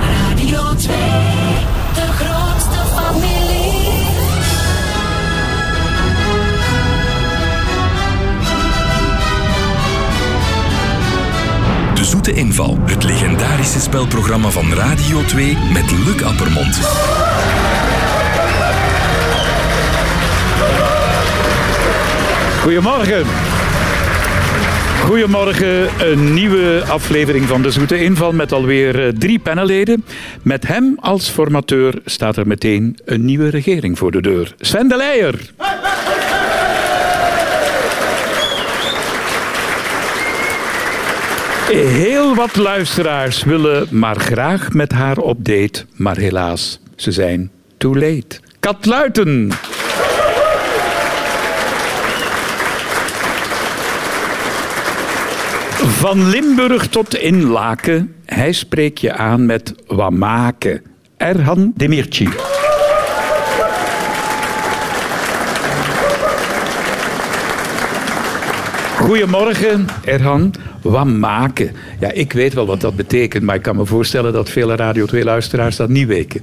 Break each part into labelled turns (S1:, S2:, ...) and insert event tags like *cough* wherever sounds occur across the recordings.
S1: Radio 2, de grootste familie.
S2: De Zoete Inval, het legendarische spelprogramma van Radio 2 met Luc Appermond.
S3: Goedemorgen. Goedemorgen, een nieuwe aflevering van De Zoete Inval met alweer eh, drie panelleden. Met hem als formateur staat er meteen een nieuwe regering voor de deur. Sven de Leijer. Heel wat luisteraars willen maar graag met haar op date, maar helaas, ze zijn too late. Kat Luiten. Van Limburg tot in Laken, hij spreekt je aan met Wamake. Erhan Demirci. Goedemorgen, Erhan. Wamake. Ja, ik weet wel wat dat betekent, maar ik kan me voorstellen dat vele Radio 2-luisteraars dat niet weten.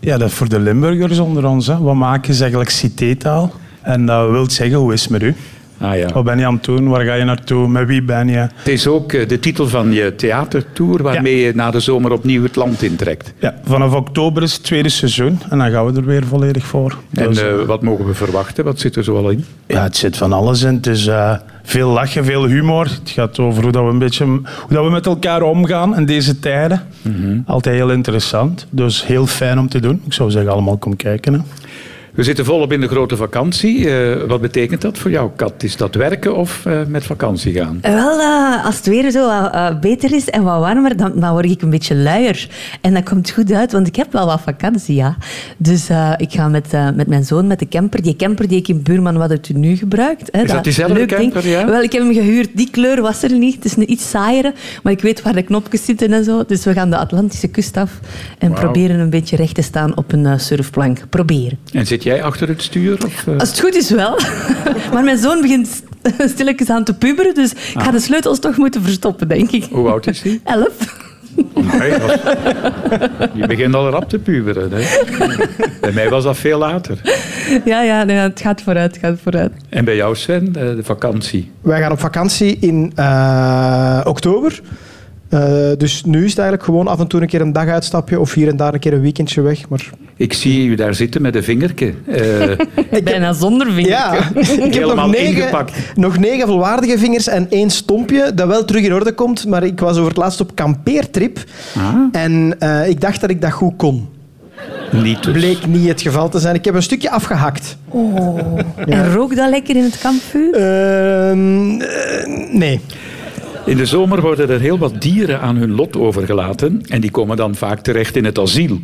S4: Ja, dat voor de Limburgers onder ons. Hè. Wat maken is eigenlijk cité-taal? En dat wil zeggen, hoe is het met u?
S3: Ah ja.
S4: Wat ben je aan het doen? Waar ga je naartoe? Met wie ben je?
S3: Het is ook eh, de titel van je theatertour, waarmee je na de zomer opnieuw het land intrekt.
S4: Ja, vanaf oktober is het tweede seizoen en dan gaan we er weer volledig voor.
S3: En
S4: Dus,
S3: eh, wat mogen we verwachten? Wat zit er zoal in?
S4: ja, het zit van alles in. Het is eh, veel lachen, veel humor. Het gaat over hoe, dat we, een beetje, hoe dat we met elkaar omgaan in deze tijden.
S3: Mhm.
S4: Altijd heel interessant. Dus heel fijn om te doen. Ik zou zeggen, allemaal kom kijken. Hè.
S3: We zitten volop in de grote vakantie. Eh, wat betekent dat voor jou, Kat? Is dat werken of eh, met vakantie gaan?
S5: Eh, Wel, eh, als het weer zo wat, eh, beter is en wat warmer, dan, dan word ik een beetje luier. En dat komt goed uit, want ik heb wel wat vakantie, ja. Dus eh, ik ga met, eh, met mijn zoon, met de camper, die camper die ik in Buurman wat het nu gebruikt. Hè,
S3: Is dat diezelfde
S5: leuk ding.
S3: camper, ja?
S5: Wel, ik heb hem gehuurd. Die kleur was er niet. Het is een iets saaiere, maar ik weet waar de knopjes zitten en zo. Dus we gaan de Atlantische kust af en
S3: Wauw.
S5: proberen een beetje recht te staan op een eh, surfplank. Proberen.
S3: En zit jij achter het stuur? Of, eh?
S5: Als het goed is wel. *laughs* maar mijn zoon begint *laughs* st- stilletjes aan te puberen, dus ik ga de sleutels toch moeten verstoppen, denk ik.
S3: Hoe oud is
S6: *laughs*
S3: die?
S5: Elf. *laughs*
S3: Je begint al rap te puberen. Hè? bij mij was dat veel later.
S5: Ja, ja, nee, het gaat vooruit, het gaat vooruit.
S3: En bij jou, Sven, eh, de vakantie.
S6: Wij gaan op vakantie in eh, oktober. Eh, dus nu is het eigenlijk gewoon af en toe een keer een daguitstapje of hier en daar een keer een weekendje weg. Maar
S3: Ik zie je daar zitten met een vingerke.
S6: *laughs*
S3: Eh,
S5: Bijna zonder vinger.
S3: *laughs*
S6: ja, ik heb
S3: Helemaal
S6: nog negen,
S3: ingepakt.
S6: nog negen volwaardige vingers en één stompje dat wel terug in orde komt. Maar ik was over het laatst op kampeertrip
S3: ah,
S6: en eh, ik dacht dat ik dat goed kon.
S3: niet dus.
S6: Bleek niet het geval te zijn. Ik heb een stukje afgehakt.
S5: Oh. En rook dat lekker in het kampvuur?
S6: Ehm, eh, nee.
S3: In de zomer worden er heel wat dieren aan hun lot overgelaten en die komen dan vaak terecht in het asiel.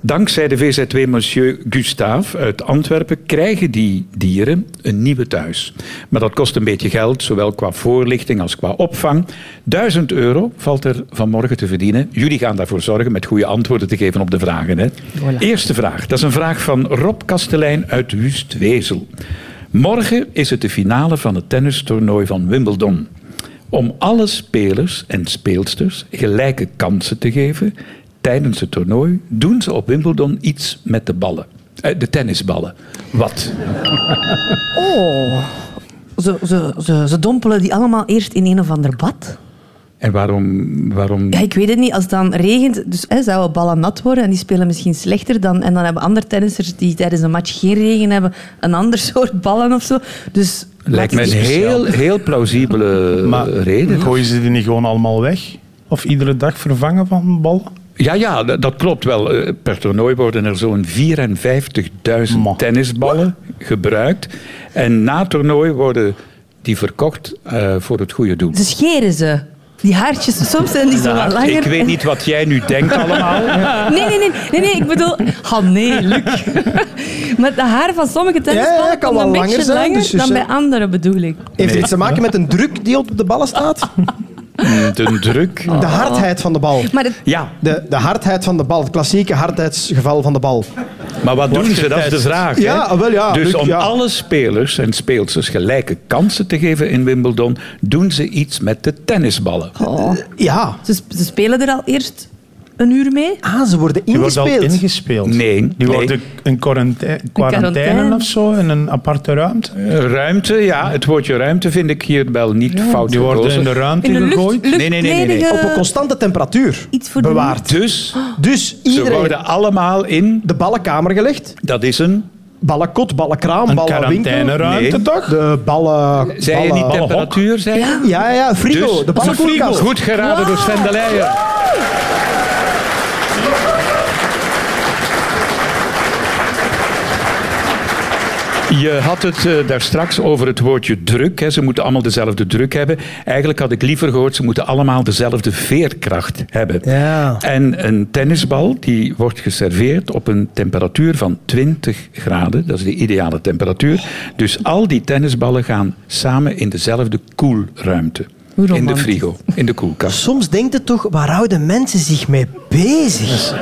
S3: Dankzij de VZW Monsieur Gustave uit Antwerpen krijgen die dieren een nieuwe thuis. Maar dat kost een beetje geld, zowel qua voorlichting als qua opvang. 1000 euro valt er vanmorgen te verdienen. Jullie gaan daarvoor zorgen met goede antwoorden te geven op de vragen. Hè? Eerste vraag, dat is een vraag van Rob Kastelein uit Wust-Wezel. Morgen is het de finale van het tennistoernooi van Wimbledon om alle spelers en speelsters gelijke kansen te geven tijdens het toernooi, doen ze op Wimbledon iets met de ballen. Eh, de tennisballen. Wat?
S5: Oh. Ze, ze, ze, ze dompelen die allemaal eerst in een of ander bad.
S3: En waarom... waarom...
S5: Ja, ik weet het niet. Als het dan regent, dus, hè, zouden ballen nat worden en die spelen misschien slechter dan. En dan hebben andere tennissers die tijdens een match geen regen hebben, een ander *laughs* soort ballen of zo. Dus
S3: Lijkt me een
S5: laat het-
S3: heel, heel *laughs* plausibele
S4: Maar
S3: eh, reden.
S4: gooien ze die niet gewoon allemaal weg? Of iedere dag vervangen van ballen?
S3: Ja, ja, dat dat klopt wel. Eh, Per toernooi worden er zo'n 54.000
S4: Ma.
S3: tennisballen gebruikt. En na het toernooi worden die verkocht eh, voor het goede doel.
S5: Ze scheren ze. Die haartjes, soms zijn die zo wat
S3: Nou,
S5: langer.
S3: ik weet niet wat jij nu denkt allemaal.
S5: Nee, nee, nee, nee, nee, ik bedoel... Oh nee, Luc. *laughs* Maar de haar van sommige
S6: Ja,
S5: tennisballen
S6: ja,
S5: komt
S6: kan wel
S5: een beetje
S6: langer
S5: langer,
S6: zijn, dus je
S5: dan
S6: zei-
S5: bij andere, bedoel ik.
S6: Heeft het iets te maken met een druk die op de ballen staat?
S3: Ah. De druk.
S6: De hardheid van de bal.
S5: Maar het,
S3: Ja,
S6: De, de hardheid van de bal, het klassieke hardheidsgeval van de bal.
S3: Maar wat doen ze? Dat is de vraag. hè?
S6: Ja, wel ja,
S3: Dus
S6: Luc,
S3: om
S6: ja.
S3: alle spelers en speelsters gelijke kansen te geven in Wimbledon, doen ze iets met de tennisballen.
S5: oh,
S6: Ja,
S5: ze, sp- ze spelen er al eerst een uur mee.
S6: Ah, ze worden
S4: Die wordt al
S6: ingespeeld.
S4: ingespeeld.
S3: Nee,
S4: Die
S3: nee.
S4: worden in quarantaine, quarantaine
S5: quarantaine.
S4: of zo, in een aparte ruimte.
S3: Eh, Ruimte, ja. Het woordje ruimte vind ik hier wel niet fout
S4: Die worden
S3: gekozen.
S4: in de ruimte
S5: In een lucht,
S4: gegooid.
S3: Nee, nee, nee, nee, nee.
S5: luchtkledige-
S6: op een constante temperatuur
S5: iets voor de
S6: bewaard.
S3: Dus
S6: Dus
S3: ze
S6: iedereen
S3: worden allemaal in,
S6: de ballenkamer gelegd.
S3: dat is een...
S6: Ballenkot, ballenkraam,
S4: Een
S6: ballenwinkel.
S4: quarantaineruimte
S3: Nee.
S4: toch?
S6: De ballen...
S3: Zei je
S6: ballen-
S3: niet temperatuur, zei je?
S6: Ja, ja, ja, frigo.
S3: Dus-
S6: de
S3: Als een
S6: ballenkoelkast.
S3: Goed geraden door Sven de Leijer. Je had het eh, daar straks over het woordje druk. Hè. Ze moeten allemaal dezelfde druk hebben. Eigenlijk had ik liever gehoord, ze moeten allemaal dezelfde veerkracht hebben.
S6: Ja.
S3: En een tennisbal die wordt geserveerd op een temperatuur van 20 graden. Dat is de ideale temperatuur. Dus al die tennisballen gaan samen in dezelfde koelruimte.
S5: Hoe
S3: in de
S5: romantisch.
S3: frigo, in de
S5: *laughs*
S3: koelkast.
S6: Soms denkt het toch, waar houden mensen zich mee bezig?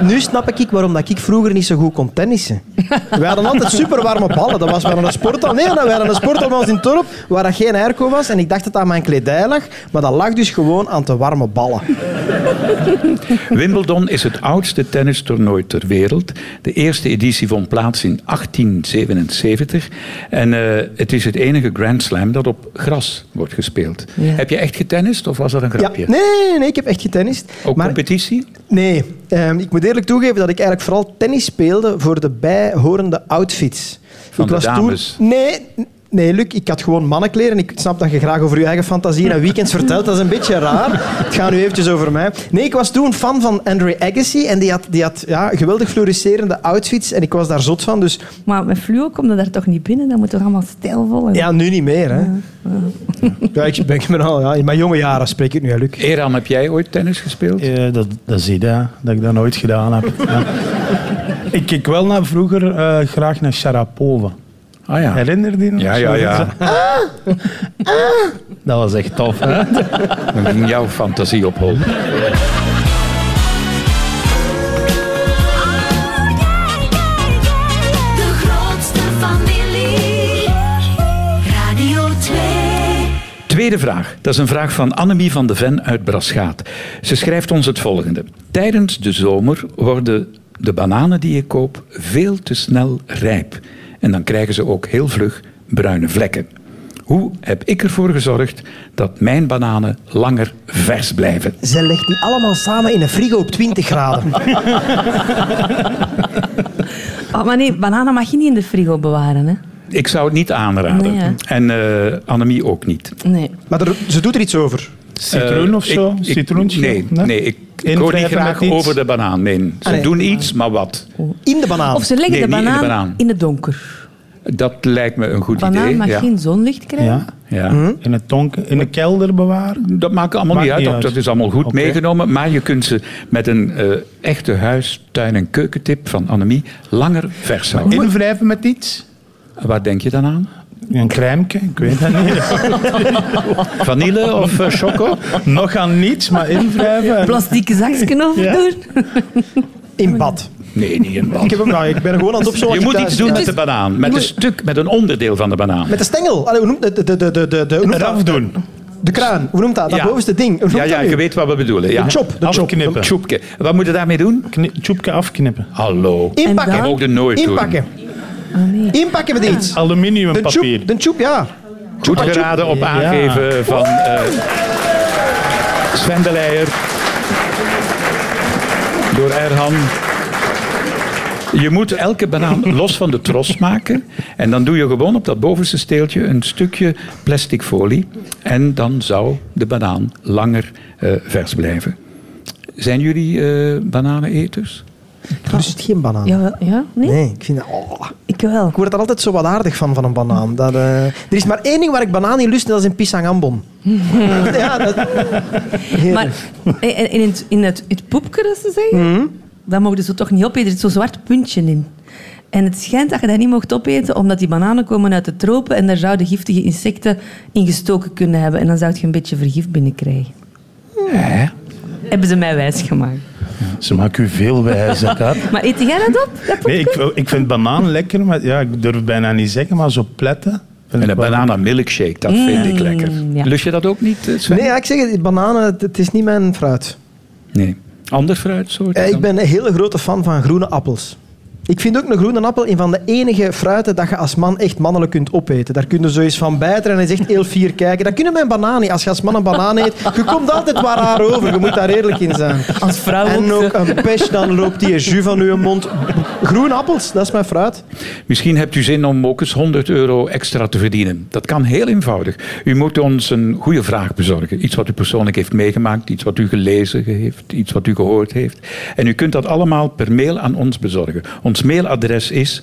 S6: Nu snap ik waarom dat ik vroeger niet zo goed kon tennissen. Wij hadden altijd superwarme ballen. Dat was wel een sporthal. Nee, dat waren een sporthal bij ons in het dorp, waar dat geen airco was. En ik dacht dat dat aan mijn kledij lag. Maar dat lag dus gewoon aan te warme ballen.
S3: Wimbledon is het oudste tennistoernooi ter wereld. De eerste editie vond plaats in 1877. En eh, het is het enige Grand Slam dat op gras wordt gespeeld.
S5: Ja.
S3: Heb je echt getennist of was dat een
S6: Ja,
S3: grapje?
S6: nee, nee, nee, nee, ik heb echt getennist.
S3: Ook
S6: Maar
S3: competitie?
S6: Nee, ehm, ik moet eerlijk toegeven dat ik eigenlijk vooral tennis speelde voor de bijhorende outfits.
S3: Van
S6: ik
S3: de dames.
S6: Toen... Nee, n- nee, Luc, ik had gewoon mannenkleren. Ik snap dat je graag over je eigen fantasie en weekends vertelt. Dat is een beetje raar. Het gaat nu eventjes over mij. Nee, ik was toen fan van Andre Agassi en die had, die had ja, geweldig fluoriserende outfits en ik was daar zot van. Dus
S5: Maar met fluo komt er daar toch niet binnen? Dat moet toch allemaal stijlvol en
S6: ja, nu niet meer. Hè. Ja, ik ben, ik ben al, ja, in mijn jonge jaren spreek ik nu, hè, Luc.
S3: Eran, heb jij ooit tennis gespeeld?
S4: Eh, dat, dat zie je, hè, dat ik dat nooit gedaan heb. Ja. Ik keek wel naar vroeger eh, graag naar Sharapova.
S3: Ah ja.
S4: Herinner je die nog?
S3: Ja, ja, ja.
S4: Dat was echt tof. Hè?
S3: Dan ging jouw fantasie opholen.
S1: De grootste familie. Radio 2.
S3: Tweede vraag. Dat is een vraag van Annemie van de Ven uit Braschaat. Ze schrijft ons het volgende. Tijdens de zomer worden de bananen die ik koop veel te snel rijp. En dan krijgen ze ook heel vlug bruine vlekken. Hoe heb ik ervoor gezorgd dat mijn bananen langer vers blijven?
S6: Ze legt die allemaal samen in een frigo op 20 graden.
S5: Oh, maar nee, bananen mag je niet in de frigo bewaren. Hè?
S3: Ik zou het niet aanraden.
S5: Nee, hè?
S3: en eh, Annemie ook niet.
S5: Nee.
S6: Maar er- ze doet er iets over.
S4: Citroen
S3: Eh,
S4: of zo?
S3: ik- ik-
S4: Citroentje?
S3: Nee, nee? ik, ik hoor niet
S4: Invrijven
S3: graag
S4: met iets?
S3: over de banaan. Nee, ze
S6: nee.
S3: doen iets, maar wat?
S6: In de banaan.
S5: Of ze leggen
S3: Ah, Nee, niet
S5: de,
S3: in de
S5: banaan
S3: banaan.
S5: in het donker.
S3: Dat lijkt me een goed
S5: Banaan
S3: idee.
S5: mag
S3: ja.
S5: geen zonlicht krijgen.
S4: Ja.
S3: Ja.
S6: Hm?
S4: In, het donker, in de kelder bewaren.
S3: Dat maakt allemaal
S4: Maakt
S3: niet uit.
S4: niet
S3: Dat-
S4: uit.
S3: Dat is allemaal goed
S4: Oké.
S3: meegenomen. Maar je kunt ze met een eh, echte huis, tuin- en keukentip van Annemie langer vers houden.
S4: Invrijven met iets.
S3: Wat denk je dan aan?
S4: Een crèmeke, ik weet het niet.
S3: Vanille *laughs* of eh, choco?
S4: Nog aan niets, maar invrijven. en-
S5: Plastieke zakjes overdoen.
S6: In bad.
S3: Nee, niet een
S6: Ik,
S3: bal.
S6: heb hem, nou, ik ben gewoon aan het opzoeken.
S3: Oh, *laughs* Je
S6: wat
S3: moet
S6: thuis-
S3: iets doen
S6: Ja.
S3: met de banaan. Met een stuk, met een onderdeel van de banaan.
S6: Met de stengel. Allee, hoe noemt het? De, de, de, de, de, hoe noemt
S4: Eraf
S6: dat?
S4: doen.
S6: De kraan. Hoe noemt dat? Dat
S3: Ja.
S6: bovenste ding. Hoe noemt
S3: Ja, ja,
S6: dat nu?
S3: je weet wat we bedoelen. Ja.
S6: De chop. De chop.
S4: Afknippen.
S3: Tjoepke. Wat moet je daarmee doen?
S4: Kni- Tjoepke afknippen.
S3: Hallo.
S6: Inpakken.
S5: En dan?
S3: Ook de nooit doen.
S6: Inpakken.
S5: Oh,
S6: Inpakken met iets. De
S4: Aluminiumpapier.
S6: tjoep. De tjoep, ja.
S3: Goed geraden op
S4: Ja.
S3: aangeven van eh Sven de Leijer. Door Erhan. Je moet elke banaan los van de tros maken. En dan doe je gewoon op dat bovenste steeltje een stukje plastic folie. En dan zou de banaan langer eh, vers blijven. Zijn jullie eh, bananeneters?
S6: Ik lust geen banaan.
S5: Jawel, ja? Nee?
S6: Nee, ik vind dat... oh.
S5: Ik wel.
S6: Ik word er altijd zo wat aardig van, van een banaan. Dat, eh, er is maar één ding waar ik banaan in lust en dat is een
S5: *laughs*
S6: pisangambon. ja, dat...
S5: Maar in, in het, in het, het poepje dat ze zeggen, dat mogen ze toch niet opeten. Er zit zo'n zwart puntje in. En het schijnt dat je dat niet mocht opeten, omdat die bananen komen uit de tropen en daar zouden giftige insecten in gestoken kunnen hebben. En dan zou je een beetje vergif binnenkrijgen.
S3: Hè?
S5: Hebben ze mij wijsgemaakt.
S4: Ze maken u veel wijzer, Kat.
S5: Maar eet jij dat op? Dat
S4: Nee,
S5: poepje?
S4: ik, ik vind banaan lekker, maar ja, ik durf het bijna niet zeggen, maar zo pletten. vind
S3: En
S4: ik
S3: een
S4: wel-
S3: bananenmilkshake, dat vind ik lekker.
S5: ja.
S3: Lust je dat ook niet, eh, Sven?
S6: Nee, ja, ik zeg het, bananen, het, het is niet mijn fruit.
S3: Nee. Ander fruitsoort?
S6: Eh,
S3: dan?
S6: ik ben een hele grote fan van groene appels. Ik vind ook een groene appel een van de enige fruiten dat je als man echt mannelijk kunt opeten. Daar kun je zo eens van bijten en eens echt heel fier kijken. Dat kunnen mijn banaan niet. Als je als man een banaan eet, je komt altijd waar haar over. Je moet daar eerlijk in zijn.
S5: Als vrouw
S6: En
S5: ook.
S6: ook een pech, dan loopt die jus van uw mond. Groene appels, dat is mijn fruit.
S3: Misschien hebt u zin om ook eens 100 euro extra te verdienen. Dat kan heel eenvoudig. U moet ons een goede vraag bezorgen. Iets wat u persoonlijk heeft meegemaakt, iets wat u gelezen heeft, iets wat u gehoord heeft. En u kunt dat allemaal per mail aan ons bezorgen. Ons mailadres is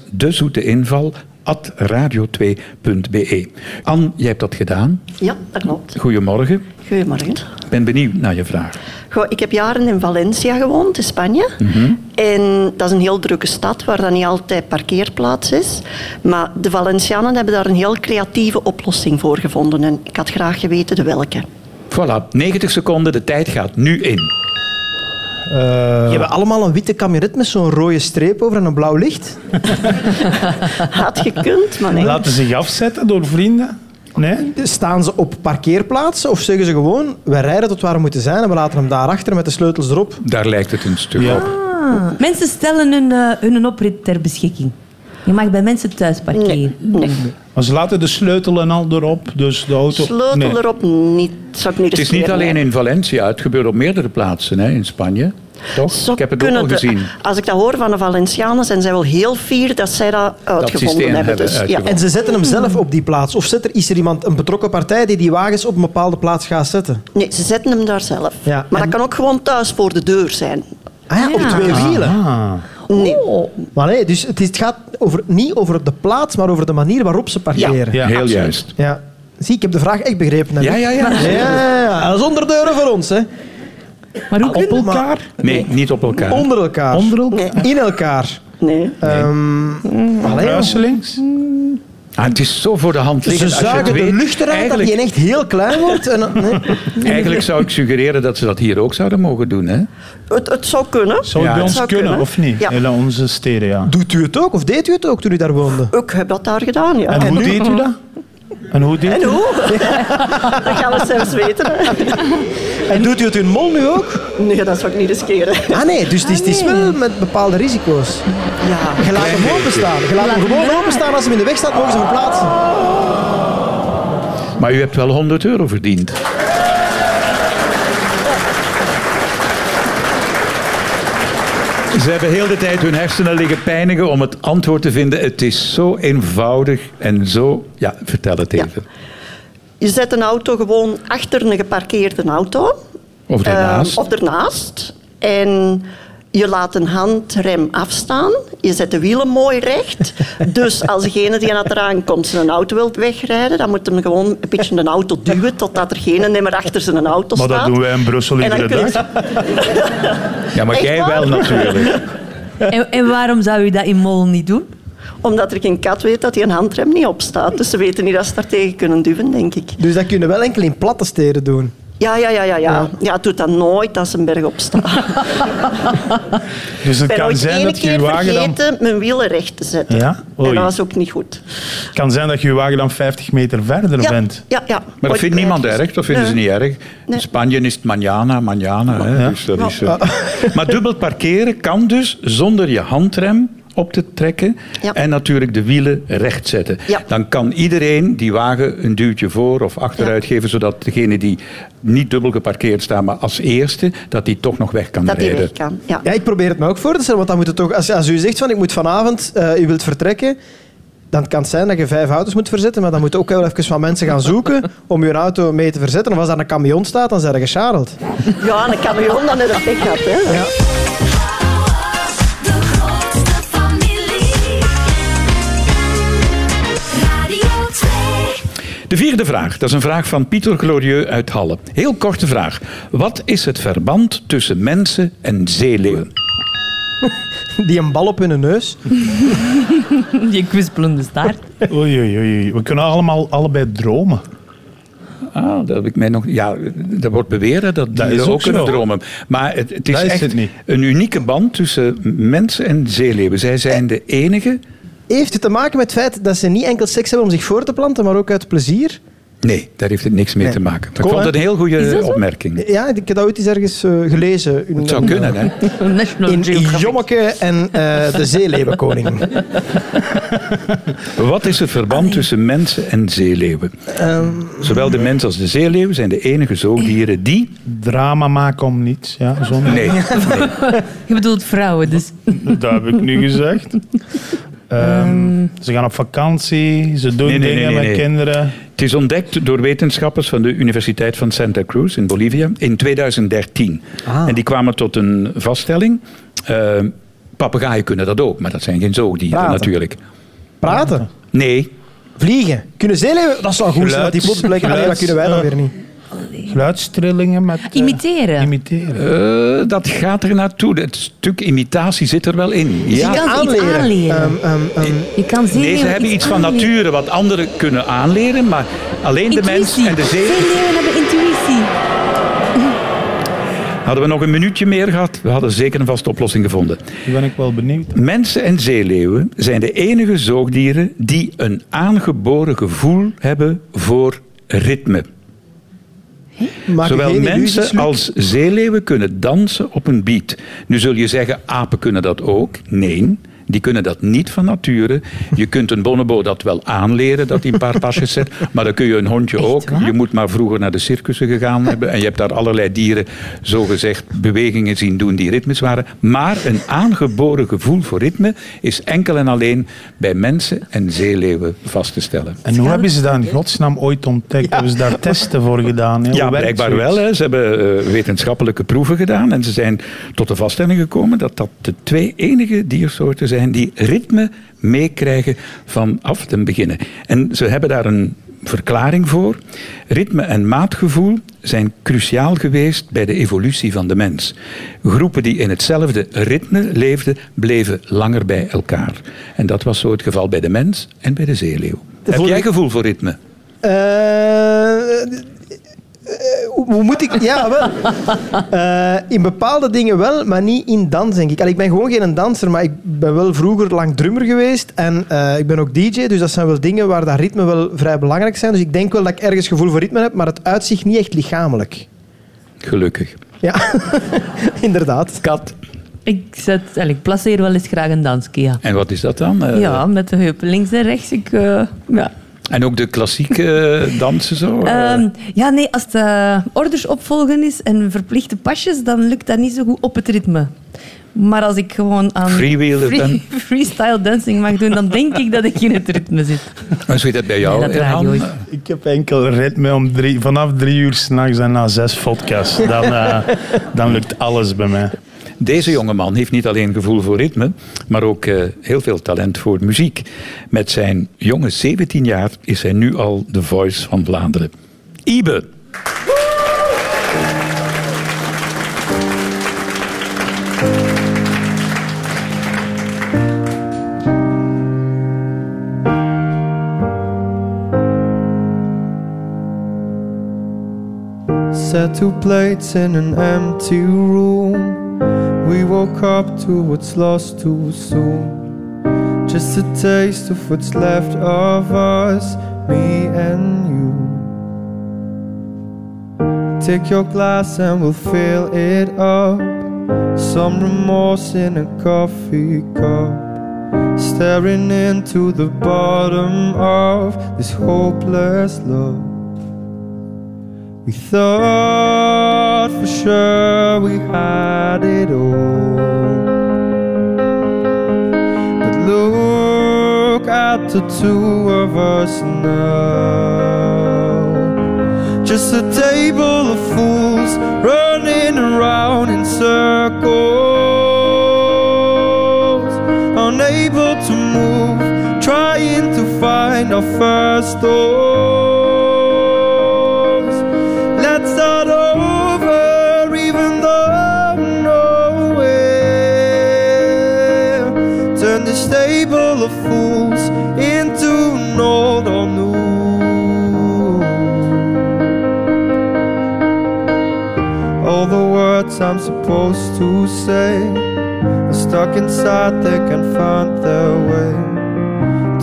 S3: dezoeteinval.radio2.be. Ann, jij hebt dat gedaan.
S7: Ja, dat klopt.
S3: Goedemorgen.
S7: Goedemorgen.
S3: Ik ben benieuwd naar je vraag.
S7: Goh, ik heb jaren in Valencia gewoond, in Spanje.
S3: Mhm.
S7: En dat is een heel drukke stad waar dan niet altijd parkeerplaats is. Maar de Valencianen hebben daar een heel creatieve oplossing voor gevonden. En ik had graag geweten de welke.
S3: Voilà, 90 seconden, de tijd gaat nu in.
S6: Je hebt allemaal een witte kamionet met zo'n rode streep over en een blauw licht.
S7: Had gekund, maar nee.
S4: Laten zich afzetten door vrienden? Nee?
S6: Staan ze op parkeerplaatsen of zeggen ze gewoon... We rijden tot waar we moeten zijn en we laten hem daar achter met de sleutels erop.
S3: Daar lijkt het een stuk
S4: Ja.
S3: op.
S5: Mensen stellen hun, eh, hun oprit ter beschikking. Je mag bij mensen thuis parkeren.
S4: Maar ze laten de sleutel en al erop, dus de auto...
S7: Sleutel
S4: Nee.
S7: erop niet. Zou ik niet
S3: Het is niet alleen in Valencia, het gebeurt op meerdere plaatsen hè, in Spanje. Toch? ik heb het ook al gezien.
S7: als ik dat hoor van de Valencianen, zijn zij wel heel fier dat zij dat uitgevonden
S3: systeem
S7: hebben.
S3: hebben
S7: Dus, ja.
S3: uitgevonden.
S6: En ze zetten hem zelf op die plaats. Of zet er, is er iemand, een betrokken partij, die die wagens op een bepaalde plaats gaat zetten?
S7: Nee, ze zetten hem daar zelf.
S6: Ja,
S7: maar
S6: en-
S7: dat kan ook gewoon thuis voor de deur zijn.
S6: Ah ja, op
S5: Ja.
S6: twee wielen.
S4: Ah.
S7: Nee.
S6: Maar nee, dus het, is- het gaat over, niet over de plaats, maar over de manier waarop ze parkeren. Ja.
S4: Ja,
S3: Heel
S4: absoluut.
S3: juist.
S6: Zie, ik heb de vraag echt begrepen. hè.
S3: Ja, ja, ja.
S6: Ja, ja, ja. Dat is onder de deuren voor ons, hè.
S5: Maar
S3: Ah,
S5: hoe
S6: Op
S5: kunnen
S6: elkaar?
S3: Nee, niet op elkaar.
S6: Onder elkaar.
S4: Onder elkaar?
S6: In elkaar.
S7: nee.
S6: Ehm, allee,
S4: Kruiselings?
S3: Ah, het is zo voor de hand
S6: ze
S3: liggend. als je het
S6: zuigen de
S3: weet.
S6: lucht eruit
S3: eigenlijk,
S6: dat die echt heel klein wordt. *laughs* En, nee.
S3: eigenlijk zou ik suggereren dat ze dat hier ook zouden mogen doen. Hè?
S7: Het, het zou kunnen.
S4: Zou het
S3: Ja.
S4: bij ons
S7: Zou
S4: kunnen,
S7: kunnen.
S4: of niet?
S7: Ja.
S4: In onze steden, ja.
S6: Doet u het ook? Of deed u het ook toen u daar woonde?
S7: Ik heb dat daar gedaan, ja.
S4: En, hoe deed u dat? En hoe deed u
S7: En
S4: dat?
S7: hoe?
S4: *laughs*
S7: *laughs* dat gaan we zelfs weten. hè.
S6: En doet u het in mol nu ook?
S7: Nee, dat zou ik niet riskeren.
S6: Ah nee, dus het is, het is wel met bepaalde risico's.
S7: Ja.
S6: Je laat hem openstaan. Je laat hem gewoon openstaan. Als hij in de weg staat, mogen ze hem plaatsen.
S3: Maar u hebt wel 100 euro verdiend. Ze hebben heel de tijd hun hersenen liggen pijnigen om het antwoord te vinden. Het is zo eenvoudig en zo... Ja, vertel het
S7: Ja.
S3: even.
S7: Je zet een auto gewoon achter een geparkeerde auto.
S3: Of daarnaast.
S7: Ehm, of ernaast. En je laat een handrem afstaan. Je zet de wielen mooi
S4: *laughs*
S7: recht. Dus als degene die aan het eraan komt zijn auto wil wegrijden, dan moet hem gewoon een beetje een auto duwen totdat er geen nimmer achter zijn auto
S4: Maar
S7: staat.
S4: dat doen wij in Brussel
S7: En dan
S4: iedere
S7: kun je-
S4: dag.
S3: Ja, maar
S7: Echt
S3: jij
S7: waar?
S3: wel natuurlijk.
S5: dat? En, en waarom zou u dat in Mol niet doen?
S7: Omdat er geen kat weet dat die een handrem niet opstaat. Dus ze weten niet dat ze daar tegen kunnen duwen, denk ik.
S6: Dus dat kunnen we wel enkel in platte steden doen.
S7: Ja, ja, ja, ja. ja. ja het doet dat nooit als een berg
S4: *laughs*
S7: opstaat.
S4: Dus het
S7: Ik ben
S4: kan
S7: ooit
S4: zijn
S7: één
S4: dat je
S7: keer
S4: wagen dan...
S7: vergeten mijn wielen recht te zetten.
S4: Ja?
S7: En
S4: Oei.
S7: dat was ook niet goed.
S4: Het kan zijn dat je wagen dan 50 meter verder
S7: Ja,
S4: bent.
S7: ja, ja.
S3: Maar dat
S7: Ooit
S3: vindt niemand
S7: kwijt.
S3: erg, dat vinden ze
S7: Nee.
S3: niet erg.
S7: Nee.
S3: In Spanje is het manjana, manjana. Hè?
S4: Ja.
S3: Dus dat is, eh. *laughs* Maar dubbel parkeren kan dus zonder je handrem op te trekken
S7: Ja.
S3: en natuurlijk de wielen recht zetten.
S7: Ja.
S3: Dan kan iedereen die wagen een duwtje voor of achteruit geven, zodat degene die niet dubbel geparkeerd staat, maar als eerste, dat die toch nog weg kan
S7: Dat die
S3: rijden.
S7: weg kan. Ja.
S6: Ja, ik probeer het me ook voor te stellen. Want dan moet het toch, als, als u zegt van ik moet vanavond, eh, u wilt vertrekken, dan kan het zijn dat je vijf auto's moet verzetten. Maar dan moet je ook wel even van mensen gaan zoeken om je auto mee te verzetten. Of als daar een camion staat, dan zijn ze gescharreld.
S7: Ja, en een camion dan in de pek had. Hè.
S1: De grootste familie. Radio 2.
S3: De vierde vraag, dat is een vraag van Pieter Glorieux uit Halle. Heel korte vraag. Wat is het verband tussen mensen en zeeleeuwen?
S6: Die een bal op hun neus.
S5: Je kwispelende staart.
S4: Oei, oei, oei, oei. We kunnen allemaal allebei dromen.
S3: Ah, dat heb ik mij nog. Ja, dat wordt beweren dat
S4: Hmm. Dat
S3: dieren
S4: is
S3: ook,
S4: ook
S3: kunnen
S4: zo.
S3: dromen. Maar het, het is
S4: Dat is
S3: echt
S4: het niet.
S3: een unieke band tussen mensen en zeeleeuwen. Zij
S4: Eh.
S3: zijn de enige.
S6: Heeft het te maken met het feit dat ze niet enkel seks hebben om zich voor te planten, maar ook uit plezier?
S3: Nee, daar heeft het niks mee
S6: Nee.
S3: te maken. Maar
S6: Kom,
S3: ik vond
S6: hè.
S3: het een heel
S5: Is dat
S3: goede
S5: zo? Eh,
S3: opmerking.
S6: Ja, ik heb dat ooit eens ergens eh, gelezen. In,
S3: Het zou kunnen,
S4: *laughs*
S3: hè?
S5: National
S6: In
S5: Geographic.
S6: Jommeke en eh, de zeeleeuwenkoning.
S3: Wat is het verband tussen mensen en zeeleeuwen?
S5: Ehm.
S3: Zowel de mens als de zeeleeuw zijn de enige zoogdieren die...
S4: Drama maken om niets. Ja, zonder...
S5: *laughs*
S3: Nee, nee.
S5: Je bedoelt vrouwen, dus...
S4: Dat heb ik nu gezegd. Ehm, Ze gaan op vakantie, ze doen
S3: Nee, nee,
S4: dingen
S3: nee, nee,
S4: met
S3: nee.
S4: kinderen.
S3: Het is ontdekt door wetenschappers van de Universiteit van Santa Cruz in Bolivia in 2013.
S6: Ah.
S3: En die kwamen tot een vaststelling. Eh, papegaaien kunnen dat ook, maar dat zijn geen zoogdieren
S6: Praten.
S3: natuurlijk.
S6: Praten.
S3: Nee,
S6: Vliegen. Kunnen zeeleeuwen... Dat zou goed zijn, dat die
S4: Geluid.
S6: plots blijken. Allee, dat kunnen wij dan weer niet.
S4: Geluidstrillingen met... eh,
S5: Imiteren.
S4: imiteren.
S3: eh, dat gaat er naartoe. Het stuk imitatie zit er wel in.
S5: Je
S3: Ja.
S5: kan ze iets
S6: Aanleren.
S5: aanleren.
S6: Ehm, ehm, ehm,
S5: je kan zien
S3: Nee, ze hebben iets van nature wat anderen kunnen aanleren, maar alleen de mens en de zee.
S5: Zeeleeuwen hebben intuïtie.
S3: Hadden we nog een minuutje meer gehad, we hadden zeker een vaste oplossing gevonden.
S4: Daar ben ik wel benieuwd.
S3: Mensen en zeeleeuwen zijn de enige zoogdieren die een aangeboren gevoel hebben voor ritme.
S6: maak je
S3: Zowel
S6: geen illusies,
S3: mensen
S6: Luc?
S3: als zeeleeuwen kunnen dansen op een beat. Nu zul je zeggen, apen kunnen dat ook. Nee, die kunnen dat niet van nature. Je kunt een bonobo dat wel aanleren, dat hij een paar pasjes zet. Maar dan kun je een hondje
S5: Echt
S3: ook.
S5: waar?
S3: Je moet maar vroeger naar de circussen gegaan hebben. En je hebt daar allerlei dieren, zogezegd, bewegingen zien doen die ritmisch waren. Maar een aangeboren gevoel voor ritme is enkel en alleen bij mensen en zeeleeuwen vast te stellen.
S4: En hoe hebben ze dat in godsnaam ooit ontdekt? Hebben ze daar testen voor gedaan? hè? Hoe
S3: Ja,
S4: werkt
S3: blijkbaar
S4: zoiets?
S3: wel. Hè. Ze hebben eh, wetenschappelijke proeven gedaan en ze zijn tot de vaststelling gekomen dat dat de twee enige diersoorten zijn die ritme meekrijgen vanaf ten beginnen. En ze hebben daar een verklaring voor. Ritme en maatgevoel zijn cruciaal geweest bij de evolutie van de mens. Groepen die in hetzelfde ritme leefden, bleven langer bij elkaar. En dat was zo het geval bij de mens en bij de zeeleeuw. Heb jij gevoel voor ritme?
S6: Eh, eh, hoe moet ik... Ja, wel.
S5: *laughs*
S6: Eh, in bepaalde dingen wel, maar niet in dans, denk ik. Allee, ik ben gewoon geen danser, maar ik ben wel vroeger lang drummer geweest. En eh, ik ben ook DJ, dus dat zijn wel dingen waar dat ritme wel vrij belangrijk zijn. Dus ik denk wel dat ik ergens gevoel voor ritme heb, maar het uitzicht niet echt lichamelijk. *laughs*
S3: Gelukkig.
S6: Ja, inderdaad.
S3: Kat.
S5: Ik, zet, en ik placeer wel eens graag een danske, ja.
S3: En wat is dat dan? Eh,
S5: ja, met de heupen links en rechts. Ik, eh, ja.
S3: En ook de klassieke eh, dansen zo? eh?
S5: Ehm, ja, nee, als het eh, orders opvolgen is en verplichte pasjes, dan lukt dat niet zo goed op het ritme. Maar als ik gewoon aan
S3: Freewheelen
S5: free, *laughs* freestyle dancing mag doen, dan denk ik dat ik in het ritme zit.
S3: en zo heet dat bij jou,
S5: Nee, dat
S3: Erhan?
S5: radio is-
S4: Ik heb enkel ritme om drie, vanaf drie uur s'nachts en na zes podcasts. Dan, eh, dan lukt alles bij mij.
S3: Deze jongeman heeft niet alleen gevoel voor ritme, maar ook eh, heel veel talent voor muziek. Met zijn jonge 17 jaar is hij nu al de voice van Vlaanderen. Ibe!
S6: Set two plates in an empty room. We woke up to what's lost too soon. Just a taste of what's left of us, me and you. Take your glass and we'll fill it up. Some remorse in a coffee cup. Staring into the bottom of this hopeless love. We thought for sure we had it all. But look at the two of us now. Just a table of fools running around in circles. Unable to move, trying to find our first thoughts. Let's start over, even though I'm nowhere. Turn this stable of fools into an old or new. All the words I'm supposed to say are stuck inside, they can find their way.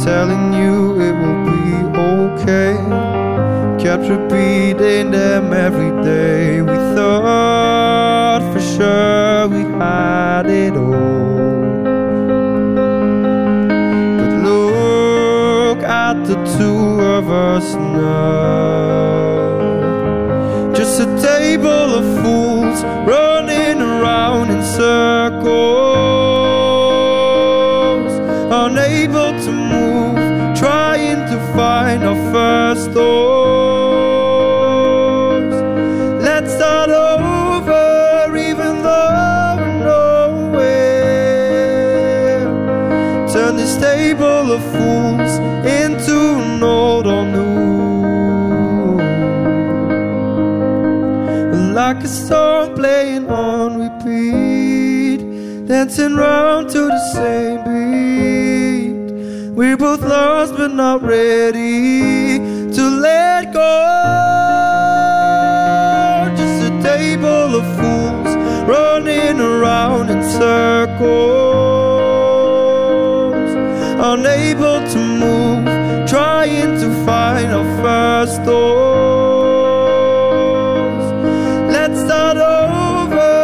S6: Telling you it will be okay.
S8: kept repeating them every day. We thought for sure we had it all. But look at the two of us now. Just a table of fools running around in circles, unable to move, trying to find our first thoughts. Let's start over, even though we're nowhere. Turn this table of fools into an old or new. Like a song playing on repeat, dancing round to the same beat. We're both lost but not ready to let go. Just a table of fools running around in circles, unable to move, trying to find our first thoughts. Let's start over,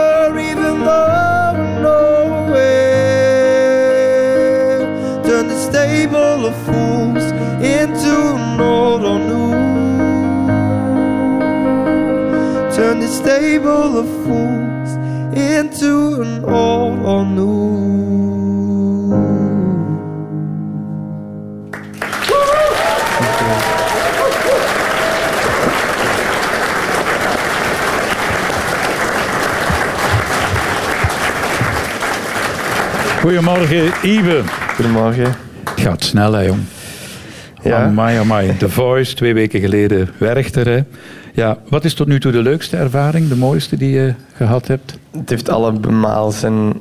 S8: even though we're nowhere. Turn this table of fools into an old or new. Turn this table of fools into an old or new.
S3: Goedemorgen, Ibe.
S8: Goedemorgen.
S3: Het gaat snel, hè, jong. Oh,
S8: Ja.
S3: Amai, amai. The Voice, twee weken geleden, Werchter. Hè. Ja, wat is tot nu toe de leukste ervaring, de mooiste die je gehad hebt?
S8: Het heeft allemaal zijn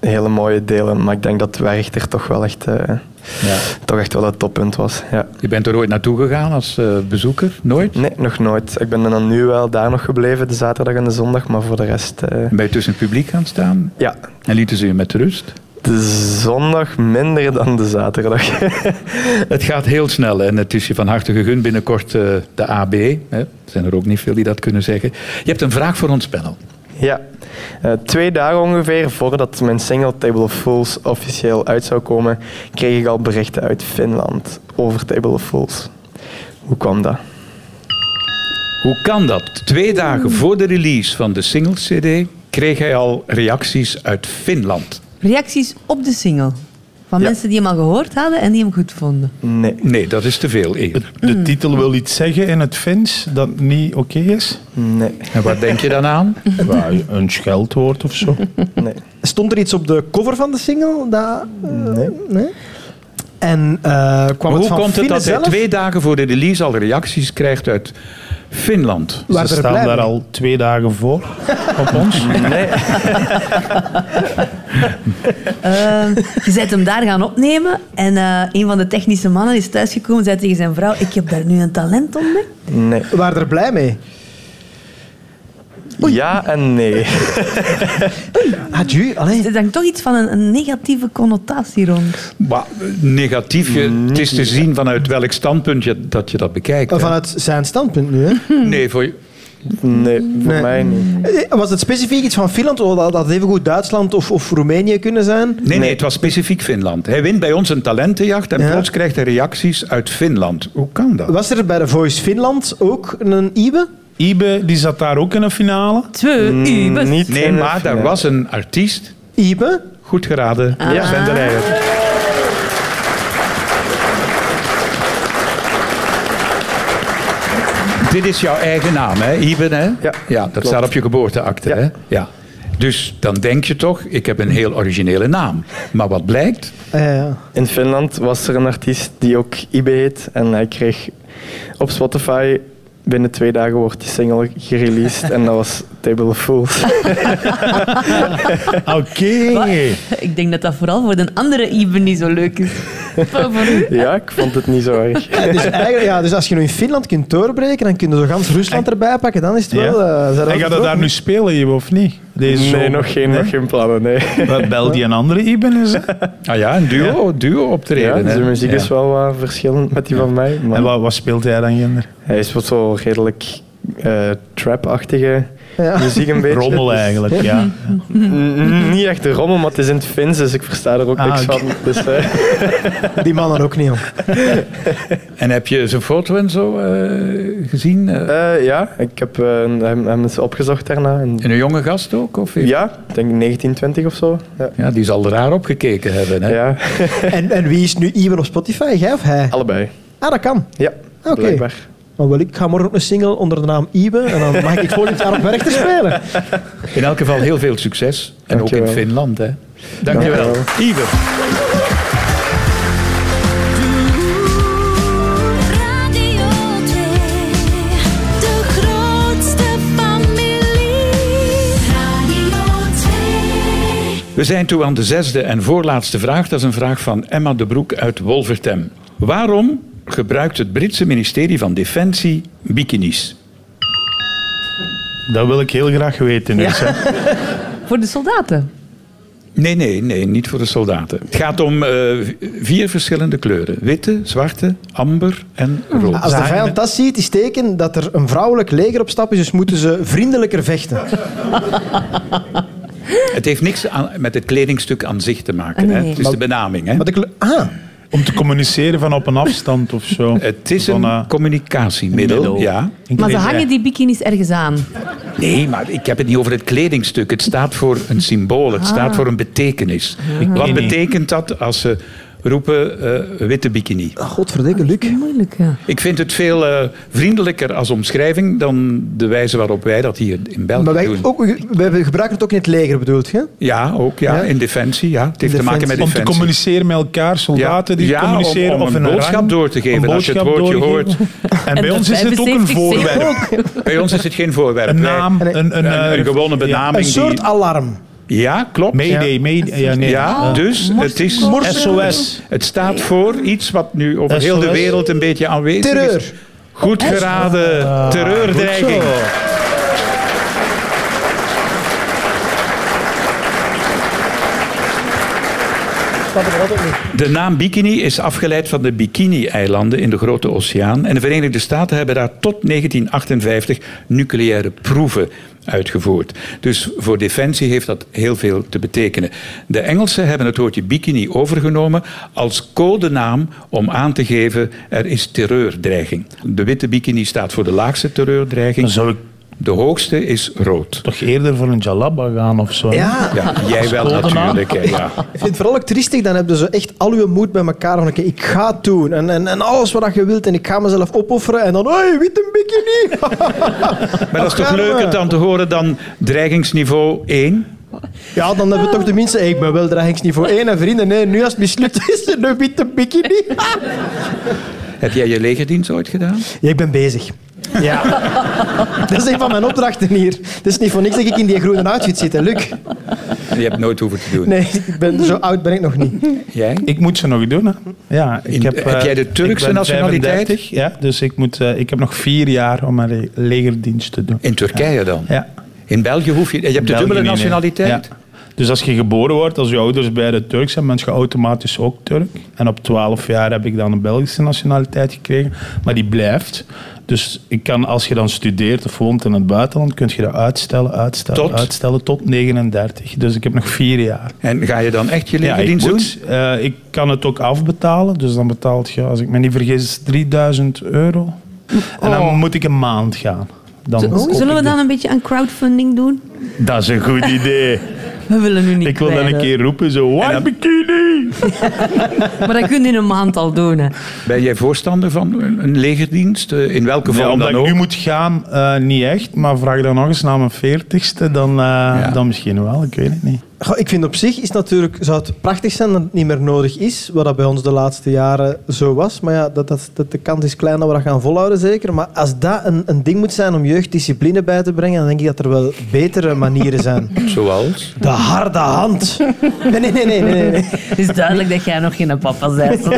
S8: hele mooie delen, maar ik denk dat Werchter toch wel echt, eh,
S3: Ja.
S8: toch echt wel het toppunt was. Ja.
S3: Je bent er ooit naartoe gegaan als eh, bezoeker? Nooit?
S8: Nee, nog nooit. Ik ben dan nu wel daar nog gebleven, de zaterdag en de zondag, maar voor de rest... eh,
S3: En ben je tussen het publiek gaan staan
S8: ja,
S3: en lieten ze je met rust?
S8: de zondag minder dan de zaterdag. *laughs*
S3: Het gaat heel snel en het is je van harte gegund. Binnenkort eh, de AB. Hè. Er zijn er ook niet veel die dat kunnen zeggen. Je hebt een vraag voor ons panel.
S8: Ja, Eh, twee dagen ongeveer voordat mijn single Table of Fools officieel uit zou komen, kreeg ik al berichten uit Finland over Table of Fools. Hoe kwam dat?
S3: Hoe kan dat? Twee
S6: Hmm.
S3: dagen voor de release van de single-CD kreeg hij al reacties uit Finland.
S5: Reacties op de single. Van
S8: Ja.
S5: mensen die hem al gehoord hadden en die hem goed vonden.
S8: Nee.
S3: Nee, dat is te veel eer.
S4: De titel wil iets zeggen in het Fins dat niet oké is.
S8: Nee.
S3: En wat denk je dan
S6: *laughs*
S3: aan?
S4: Waar een scheldwoord of zo.
S8: Nee.
S6: Stond er iets op de cover van de single? Dat, eh,
S8: Nee.
S6: nee? En eh, kwam
S3: Maar
S6: het
S3: hoe
S6: van
S3: komt het
S6: Finnen
S3: dat hij
S6: zelf?
S3: twee dagen voor de release al reacties krijgt uit Finland?
S6: Waren
S4: Ze
S6: er
S4: staan
S6: blij
S4: daar
S6: mee?
S4: al twee dagen voor op ons.
S5: Eh, je bent hem daar gaan opnemen en eh, een van de technische mannen is thuisgekomen en zei tegen zijn vrouw, ik heb daar nu een talent onder.
S8: Nee.
S6: Waren er blij mee?
S8: Ja en nee.
S6: Adieu. Allee.
S5: Er hangt toch iets van een, een negatieve connotatie rond.
S3: Maar, eh, negatief, je-
S6: Hmm.
S3: het is te zien vanuit welk standpunt je, dat je dat bekijkt. hè.
S6: eh, Vanuit zijn standpunt nu, hè?
S3: Nee, voor je-
S8: Nee, voor
S6: Nee.
S8: mij niet.
S6: Eh, Was het specifiek iets van Finland? Of dat had even goed Duitsland of, of Roemenië kunnen zijn?
S3: nee, nee, het was specifiek Finland. Hij wint bij ons een talentenjacht en
S6: Ja.
S3: plots krijgt hij reacties uit Finland. Hoe kan dat?
S6: Was er bij de Voice Finland ook een Ibe?
S4: Ibe die zat daar ook in een finale.
S5: Twee
S4: Mm,
S5: uur.
S8: Niet
S3: Nee,
S8: in de
S3: maar daar
S8: finale.
S3: was een artiest.
S6: Ibe?
S3: Goed geraden.
S8: Ja.
S3: Sven de Leijer. Dit is jouw eigen naam, hè? Iben, hè?
S8: Ja,
S3: dat staat op je geboorteakte,
S8: Ja.
S3: hè? Ja. Dus dan denk je toch, ik heb een heel originele naam. Maar wat blijkt?
S6: Eh, ja.
S8: In Finland was er een artiest die ook Ibe heet. En hij kreeg op Spotify... Binnen twee dagen wordt die single gereleased. en dat was Table of Fools.
S4: Oké.
S5: Ik denk dat dat vooral voor de andere Iben niet zo leuk is. *laughs* Voor, voor u?
S8: ja, ik vond het niet zo erg.
S6: Dus, eigenlijk, ja, dus als je nu in Finland kunt doorbreken, dan kun je zo gans Rusland erbij pakken, dan is het wel... eh,
S4: En
S6: zijn we
S4: gaat dat
S6: vertrokken.
S4: daar nu spelen, Ibe, of niet? Deze
S9: Nee,
S4: zomer?
S9: nog geen, nog geen plannen, nee.
S4: Wel, Bel die een andere Iben eens. hè.
S3: Ah ja, een duo, duo optreden.
S9: Ja,
S3: hè.
S9: zijn muziek
S3: Ja.
S9: is wel wat verschillend met die van mij. maar
S4: En wat, wat speelt hij dan, Ginder?
S9: Hij is wat zo redelijk eh, trap-achtige muziek
S4: *laughs*
S9: een beetje.
S4: Rommel
S9: Dus-
S4: eigenlijk, ja.
S9: *laughs* N- n- Niet echt de rommel, maar het is in het Fins, dus ik versta er ook
S4: Ah,
S9: niks
S4: oké.
S9: van. Dus, eh,
S4: *laughs*
S6: Die mannen ook niet om.
S3: En heb je zijn foto en zo eh, gezien? Eh,
S9: eh, ja, ik heb eh, hem, hem eens opgezocht daarna. En,
S3: en een jonge gast ook? Of?
S9: ja, ik denk 1920 of zo. Ja,
S3: Ja, die zal raar opgekeken hebben. Hè?
S9: ja
S6: En, en wie is nu Iwan op Spotify? Jij of hij?
S9: allebei.
S6: Ah, dat kan.
S9: Ja,
S6: Oké.
S9: blijkbaar.
S6: Maar wel, ik ga morgen ook een single onder de naam Iwan en dan mag ik volgend jaar op werk te
S3: *laughs*
S6: spelen.
S3: In elk geval heel veel succes. En
S9: Dankjewel.
S3: ook in Finland. Hè? Dankjewel. Iver.
S1: Radio 2, de grootste familie. Radio 2,
S3: We zijn toe aan de zesde en voorlaatste vraag. Dat is een vraag van Emma de Broek uit Wolvertem. Waarom gebruikt het Britse ministerie van Defensie bikinis?
S4: Dat wil ik heel graag weten. Dus, hè.
S5: Voor de soldaten.
S3: Nee, nee, nee, niet voor de soldaten. Het gaat om eh, vier verschillende kleuren. Witte, zwarte, amber en rood. Nou,
S6: Als de vijand dat ziet, is teken dat er een vrouwelijk leger op stap is, dus moeten ze vriendelijker vechten.
S3: Het heeft niks aan, met het kledingstuk aan zich te maken.
S5: Ah, nee.
S3: Hè? Het is de benaming. Hè?
S6: Maar de kleur- ah,
S4: Om te communiceren van op een afstand of zo.
S3: Het is
S4: Van,
S3: een
S4: eh,
S3: communicatiemiddel.
S4: middel.
S3: Ja.
S5: Maar ze
S4: weet-
S5: hangen die bikinis ergens aan.
S3: Nee, maar ik heb het niet over het kledingstuk. Het staat voor een symbool.
S4: Ah.
S3: Het staat voor een betekenis. Wat
S4: weet niet.
S3: betekent dat als ze roepen eh, witte bikini?
S6: Ah, godverdikke, Luc.
S5: Moeilijk, ja.
S3: Ik vind het veel eh, vriendelijker als omschrijving dan de wijze waarop wij dat hier in België
S6: Maar wij,
S3: doen. Ah,
S6: ook, wij gebruiken het ook in het leger, bedoelt je?
S3: Ja, ook ja,
S6: Ja.
S3: in defensie. Ja. Het heeft te maken met
S6: Defensie.
S4: Om te
S3: defensie.
S4: communiceren met elkaar, soldaten die
S3: Ja, om-
S4: communiceren.
S3: om
S4: of
S3: een boodschap
S4: rang,
S3: door te geven
S4: een
S3: als je het
S4: boodschap
S3: woordje
S4: doorgeven. *laughs* En, bij
S5: dat
S4: ons is het ook een
S5: 75
S4: voorwerp.
S5: ook.
S3: Bij ons is het geen voorwerp.
S4: Een
S3: Wij-
S4: naam, een, een,
S3: Een,
S4: eh,
S3: een gewone
S4: ja.
S3: benaming.
S6: Een soort
S3: die,
S6: alarm.
S3: ja, klopt.
S4: Mayday, mayday. Ja, nee.
S5: Oh,
S3: Ja, dus het is
S4: SOS.
S3: Het staat voor iets wat nu over
S4: SOS.
S3: heel de wereld een beetje aanwezig is.
S6: Terreur.
S3: Ah, Goed geraden, terreurdreiging.
S4: Ah. Goed zo.
S3: De naam Bikini is afgeleid van de Bikini-eilanden in de Grote Oceaan. En de Verenigde Staten hebben daar tot 1958 nucleaire proeven uitgevoerd. Dus voor defensie heeft dat heel veel te betekenen. De Engelsen hebben het woordje bikini overgenomen als codenaam om aan te geven er is terreurdreiging. De witte bikini staat voor de laagste terreurdreiging.
S4: Dan zou ik
S3: De hoogste is rood.
S4: toch eerder voor een jalaba gaan of zo. hè?
S6: Ja.
S3: Ja, jij wel
S4: codenaam?
S3: natuurlijk. hè, Ja.
S6: Ik vind het vooral ook triestig, dan heb je zo echt al je moed bij elkaar. Van, oké, ik ga het doen en, en, en alles wat je wilt en ik ga mezelf opofferen. En dan, hoi, witte bikini.
S3: Maar dat is toch
S6: gaan we.
S3: leuker dan te horen dan dreigingsniveau 1?
S6: Ja, dan hebben we toch tenminste, hey, ik ben wel dreigingsniveau 1 en vrienden. Nee, nu als het mislukt is er een witte bikini.
S3: Heb jij je legerdienst ooit gedaan?
S6: Ja, ik ben bezig. Ja. *laughs* Dat is een van mijn opdrachten hier. Het is niet voor niks dat ik in die groene outfit zit, hè, Luc.
S3: Je hebt nooit hoeven te doen.
S6: Nee, ik ben, zo oud ben ik nog niet.
S3: Jij?
S4: Ik moet ze nog doen. Hè. Ja, ik
S3: In-
S4: heb,
S3: heb
S4: eh,
S3: jij de Turkse
S4: ik ben
S3: nationaliteit?
S4: 35, ja, dus ik, moet, eh, ik heb nog vier jaar om mijn le- legerdienst te doen.
S3: In Turkije dan?
S4: Ja.
S3: In België hoef je... Je hebt de
S4: België
S3: dubbele
S4: niet, nee.
S3: nationaliteit.
S4: Ja. Dus als je geboren wordt, als je ouders bij de Turk zijn, ben je automatisch ook Turk. En op 12 jaar heb ik dan een Belgische nationaliteit gekregen, maar die blijft. Dus ik kan, als je dan studeert of woont in het buitenland, kun je dat uitstellen, uitstellen,
S3: Tot?
S4: uitstellen tot 39. Dus ik heb nog vier jaar.
S3: En ga je dan echt je
S4: Ja, ik
S3: legerdienst doen?
S4: moet. Eh, ik kan het ook afbetalen. Dus dan betaalt je, als ik me niet vergis, 3000 euro. En
S3: Oh.
S4: dan moet ik een maand gaan. Dan koop ik
S5: Oh. Zullen we
S4: de-
S5: dan een beetje aan crowdfunding doen?
S4: Dat is een goed
S3: *laughs*
S4: idee.
S5: We willen nu niet
S4: ik wil dan een
S3: eh,
S5: kwijlen.
S4: keer roepen, zo, white bikini!
S5: Maar dat kun je in een maand al doen. Hè.
S3: Ben jij voorstander van een een legerdienst? Eh, In welke
S4: Ja,
S3: vorm
S4: omdat
S3: dan
S4: ik
S3: ook?
S4: nu moet gaan, eh, niet echt. Maar vraag dan nog eens naar mijn veertigste, dan, eh, dan misschien wel. Ik weet het niet.
S6: Goh, ik vind op zich is natuurlijk, zou het prachtig zijn dat het niet meer nodig is, wat dat bij ons de laatste jaren zo was. Maar ja, dat, dat, dat, de kans is klein dat we dat gaan volhouden zeker. Maar als dat een, een ding moet zijn om jeugddiscipline bij te brengen, dan denk ik dat er wel betere manieren zijn.
S3: Zoals?
S6: De harde hand. Nee, nee, nee, nee, nee. Nee,
S5: Het is duidelijk dat jij nog geen papa bent.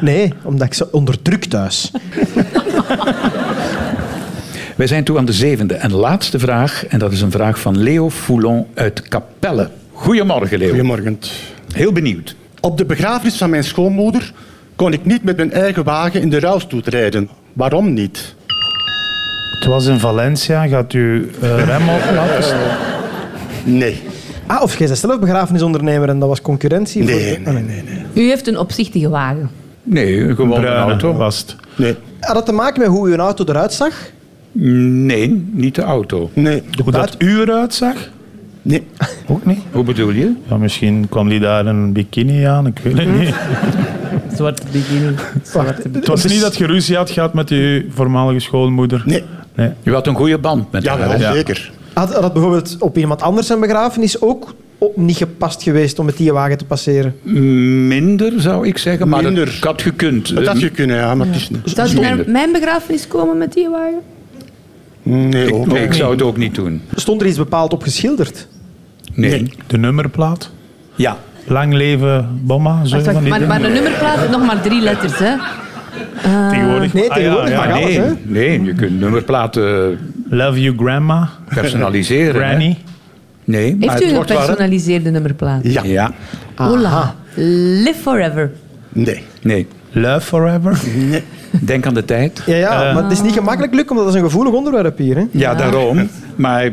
S6: nee omdat ik ze onderdruk thuis.
S3: Wij zijn toe aan de zevende en laatste vraag. En dat is een vraag van Leo Foulon uit Capelle. Goedemorgen, Leo.
S10: Goedemorgen.
S3: Heel benieuwd.
S10: Op de begrafenis van mijn schoonmoeder kon ik niet met mijn eigen wagen in de rouwstoet rijden. Waarom niet?
S4: Het was in Valencia. Gaat u *laughs* eh, rem op laten staan?
S10: Nee.
S6: Ah, of jij bent zelf begrafenisondernemer en dat was concurrentie? voor-
S10: Nee,
S6: Ah, nee, nee. nee.
S5: U heeft een opzichtige wagen.
S3: Nee, gewoon een
S4: Bruine
S3: auto.
S4: was het.
S10: Nee.
S6: Had dat te maken met hoe uw auto eruit zag?
S3: Nee, niet de auto.
S10: Nee.
S4: Hoe dat u eruit zag?
S10: Nee.
S4: Ook niet.
S3: Hoe bedoel je?
S4: Ja, misschien kwam die daar een bikini aan, ik weet Hm. het niet.
S5: Zwarte bikini. Zwarte bikini.
S4: Het was niet dat je ruzie had gehad met je voormalige schoonmoeder.
S10: Nee.
S4: Nee.
S3: Je had een goede band met
S10: Ja,
S3: haar.
S10: wel,
S3: hè?
S10: zeker.
S6: Had, had dat bijvoorbeeld op iemand anders zijn begrafenis ook op- niet gepast geweest om met die wagen te passeren?
S3: Minder, zou ik zeggen. Maar
S10: Minder.
S3: dat ik had gekund.
S10: Dat had
S3: Eh,
S10: je kunnen, ja, maar het is niet.
S5: Zou je naar
S3: Minder.
S5: mijn begrafenis komen met die wagen?
S10: Nee, ook
S3: ik,
S8: é?
S3: nee, ik
S10: niet.
S3: zou het ook niet doen.
S6: Stond er iets bepaald op geschilderd?
S3: Nee.
S4: De nummerplaat.
S3: Ja.
S4: Lang leven bomma, zo van
S5: Wacht, wacht,
S4: die
S5: maar,
S4: dingen.
S5: maar de nummerplaat, nog maar drie letters. Hè.
S3: Ah,
S4: Tegenwoordig.
S6: nee,
S4: Ah,
S6: tegenwoordig
S4: ja,
S6: mag
S4: ja.
S6: alles,
S3: nee,
S6: hè?
S3: nee, je kunt nummerplaten
S4: Love you grandma,
S3: personaliseren. hè?
S4: granny.
S3: Nee, maar
S5: Heeft
S3: het
S5: u een
S3: wordt waar, hè?
S5: gepersonaliseerde nummerplaat?
S10: Ja.
S3: Ja,
S5: Hola. Live forever.
S10: Nee.
S3: nee.
S4: Love forever.
S3: Denk aan de tijd.
S6: Ja, ja maar het is niet gemakkelijk, Luc, omdat dat is een gevoelig onderwerp hier. Hè?
S3: Ja, daarom. Maar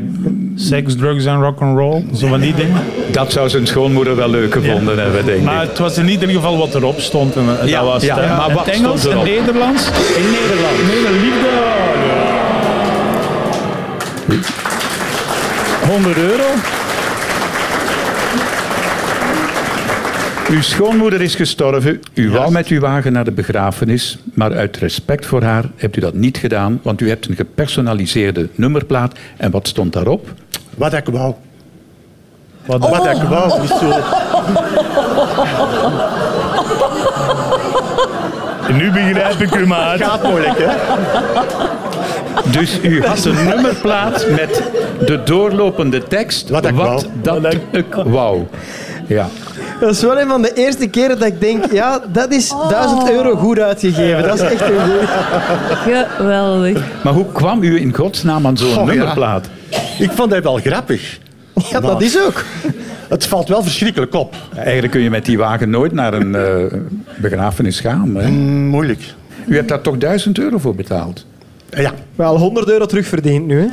S4: Sex, drugs en rock'n'roll, zo van die dingen.
S3: dat zou zijn schoonmoeder wel leuk gevonden hebben, denk ik.
S4: Maar het was in ieder geval wat erop stond. En, eh,
S3: Ja,
S4: dat was
S3: ja,
S4: het, hè.
S3: maar
S4: In
S3: wat
S4: het Engels
S3: stond erop?
S4: en Nederlands? In Nederland. liefde. Ja. 100 euro.
S3: Uw schoonmoeder is gestorven. U wou met uw wagen naar de begrafenis, maar uit respect voor haar hebt u dat niet gedaan, want u hebt een gepersonaliseerde nummerplaat. En wat stond daarop?
S10: Wat ik wou.
S4: Wat
S10: Wat ik wou. Niet zo.
S4: *laughs* Nu begrijp ik u maar.
S10: Gaat moeilijk, hè?
S3: Dus u had een nummerplaat met de doorlopende tekst.
S10: Wat ik
S3: wat dat ik wou. Ja.
S6: Dat is wel een van de eerste keren dat ik denk, ja, dat is 1000 euro goed uitgegeven. Dat is echt een goeie.
S5: Geweldig.
S3: Maar hoe kwam u in godsnaam aan zo'n
S10: Goh, Oh, ja.
S3: nummerplaat?
S10: Ik vond dat wel grappig.
S6: Ja, dat is ook.
S10: Het valt wel verschrikkelijk op.
S3: Eigenlijk kun je met die wagen nooit naar een eh, begrafenis gaan. Hè?
S10: Mm, Moeilijk.
S3: U hebt daar toch duizend euro voor betaald?
S10: Ja.
S6: Wel 100 euro terugverdiend nu. Hè?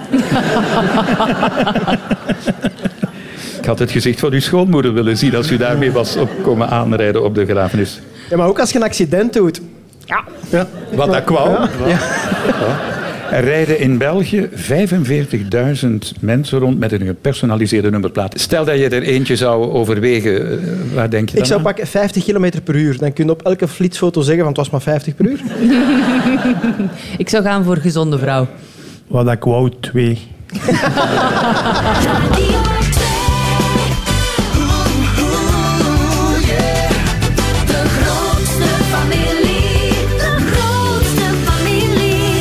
S3: Ik had het gezicht van uw schoonmoeder willen zien als u daarmee was op komen aanrijden op de begrafenis.
S6: Ja, maar ook als je een accident doet.
S10: ja.
S3: Wat dat kwam. Er rijden in België 45.000 mensen rond met een gepersonaliseerde nummerplaat. Stel dat je er eentje zou overwegen, eh, waar denk je dan
S6: Ik zou
S3: aan?
S6: pakken 50 km per uur. Dan kun je op elke flitsfoto zeggen van het was maar 50 per uur.
S5: Ik zou gaan voor gezonde vrouw.
S4: Wat ik wou, twee.
S1: Radio 2. De grootste familie, de grootste familie.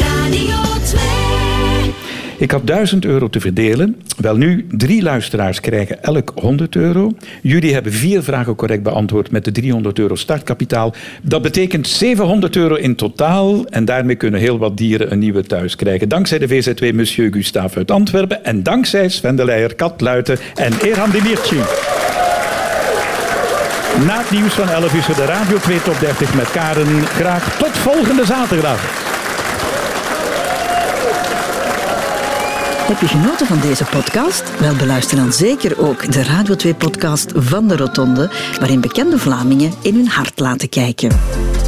S1: Radio 2.
S3: Ik had 1000 euro te verdelen. Wel nu, drie luisteraars krijgen elk 100 euro. Jullie hebben vier vragen correct beantwoord met de 300 euro startkapitaal. Dat betekent 700 euro in totaal. En daarmee kunnen heel wat dieren een nieuwe thuis krijgen. Dankzij de VZW Monsieur Gustave uit Antwerpen. En dankzij Sven de Leijer, Kat Luiten en Erhan Demirci. Na het nieuws van 11 uur de Radio 2 Top 30 met Karen. Graag tot volgende zaterdag.
S11: Heb je genoten van deze podcast? Wel, beluister dan zeker ook de Radio 2-podcast van de Rotonde, waarin bekende Vlamingen in hun hart laten kijken.